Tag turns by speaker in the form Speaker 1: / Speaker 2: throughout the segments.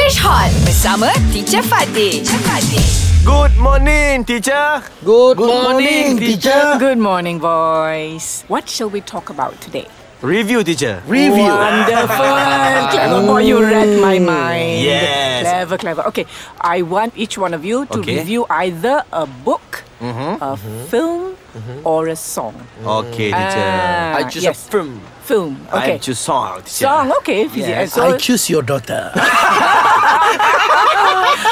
Speaker 1: Fresh Hot bersama Teacher Fatih. Teacher Fatih.
Speaker 2: Good morning, teacher.
Speaker 3: Good,
Speaker 4: Good morning, teacher.
Speaker 5: Good morning, boys. What shall we talk about today?
Speaker 2: Review, teacher.
Speaker 4: Review.
Speaker 5: Wonderful. clever boy, you read my mind.
Speaker 2: Yes.
Speaker 5: Clever, clever. Okay, I want each one of you to
Speaker 2: Okay.
Speaker 5: review either a book, a film,
Speaker 4: Mm-hmm.
Speaker 5: or a song.
Speaker 2: Okay, teacher.
Speaker 3: I
Speaker 5: Ah,
Speaker 3: choose
Speaker 5: yes.
Speaker 3: a film.
Speaker 5: film.
Speaker 2: I
Speaker 5: Okay.
Speaker 2: choose song, teacher.
Speaker 5: Song, okay. if you- So,
Speaker 4: I choose your daughter.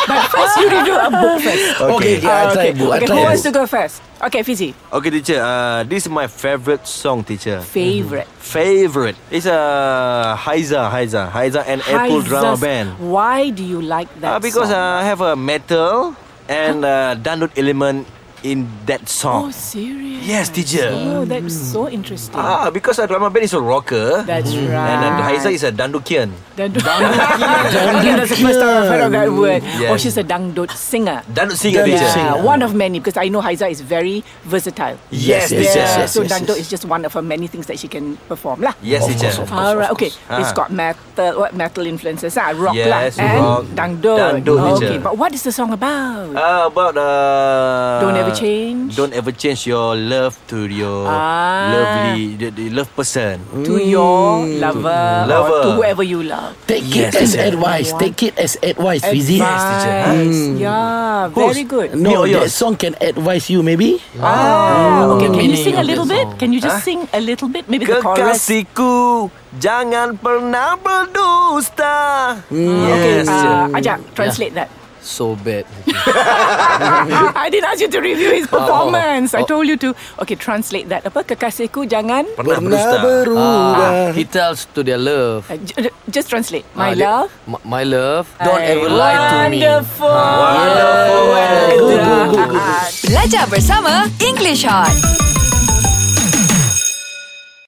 Speaker 5: but first you review a book first.
Speaker 4: Okay, okay, I try book. I
Speaker 5: Ah, okay,
Speaker 4: try
Speaker 5: who wants to
Speaker 4: book.
Speaker 5: go first? Okay, Fizzy.
Speaker 2: Okay, teacher. Uh, this is my favorite song, teacher.
Speaker 5: Favorite.
Speaker 2: Favorite. It's a uh, Haiza, Haiza, Haiza and Apple Drama
Speaker 5: Haizas.
Speaker 2: Band.
Speaker 5: Why do you like
Speaker 2: Uh,
Speaker 5: that?
Speaker 2: because
Speaker 5: song?
Speaker 2: uh, I have a metal and uh, download element in that
Speaker 5: Oh,
Speaker 2: song.
Speaker 5: serious?
Speaker 2: uh, Yes, teacher.
Speaker 5: Oh, that's so interesting.
Speaker 2: Ah, because uh, drama band is a rocker.
Speaker 5: Oh, That's right.
Speaker 2: And uh, Haiza is a dandukian.
Speaker 5: Dandut. okay, that's the first time I've heard of that word.
Speaker 2: Yes.
Speaker 5: Oh, she's a dangdut singer.
Speaker 2: Dandut singer,
Speaker 4: Dandut
Speaker 2: teacher.
Speaker 4: singer.
Speaker 5: Yeah, one of many because I know Haiza is very versatile.
Speaker 2: Yes,
Speaker 4: Yes, yes,
Speaker 2: teacher.
Speaker 4: yes, yes.
Speaker 5: so dangdut is just one of her many things that she can perform lah.
Speaker 2: Yes,
Speaker 4: Of
Speaker 2: teacher.
Speaker 4: course, of course.
Speaker 5: All right, okay.
Speaker 2: course.
Speaker 5: It's
Speaker 2: Ah.
Speaker 5: got metal, what metal influences, ah, rock
Speaker 2: Yes,
Speaker 5: lah, and
Speaker 2: rock,
Speaker 5: dangdut.
Speaker 2: dangdut, teacher.
Speaker 5: okay, but what is the song about?
Speaker 2: Uh, about uh,
Speaker 5: Don't ever change.
Speaker 2: Don't ever change your love to your
Speaker 5: Ah.
Speaker 2: lovely the, the love person.
Speaker 5: to your lover,
Speaker 2: Mm. Lover.
Speaker 5: or to whoever you love.
Speaker 4: Take
Speaker 2: Yes,
Speaker 4: it as
Speaker 2: teacher.
Speaker 4: advice. Take it as advice, Fizi.
Speaker 2: teacher. Mm.
Speaker 5: Advice. Yeah, very good.
Speaker 2: Me or
Speaker 4: No, that
Speaker 2: yours?
Speaker 4: song can advise you maybe.
Speaker 5: Ah, okay. Can you
Speaker 2: Meaning
Speaker 5: sing
Speaker 2: of
Speaker 5: a
Speaker 2: the
Speaker 5: little bit? Can you just sing a little bit? Maybe the chorus.
Speaker 2: Kekasihku jangan pernah berdusta.
Speaker 5: Hmm.
Speaker 2: Yes.
Speaker 5: Okay,
Speaker 2: teacher.
Speaker 5: uh, Ajak, translate that.
Speaker 3: So bad.
Speaker 5: I didn't ask you to review his
Speaker 3: Oh.
Speaker 5: performance. I told you to. Okay, translate that. Apa kekasihku jangan
Speaker 2: pernah berdusta.
Speaker 3: Ah, he tells to their love.
Speaker 5: uh, j- just translate.
Speaker 3: Ah,
Speaker 5: My
Speaker 3: they-
Speaker 5: love.
Speaker 3: m- my love. Don't
Speaker 5: I-
Speaker 3: ever lie to me.
Speaker 5: Wonderful. Wonderful.
Speaker 4: Go, go, go, go.
Speaker 5: Ah, ah, ah.
Speaker 1: Belajar bersama English Hot.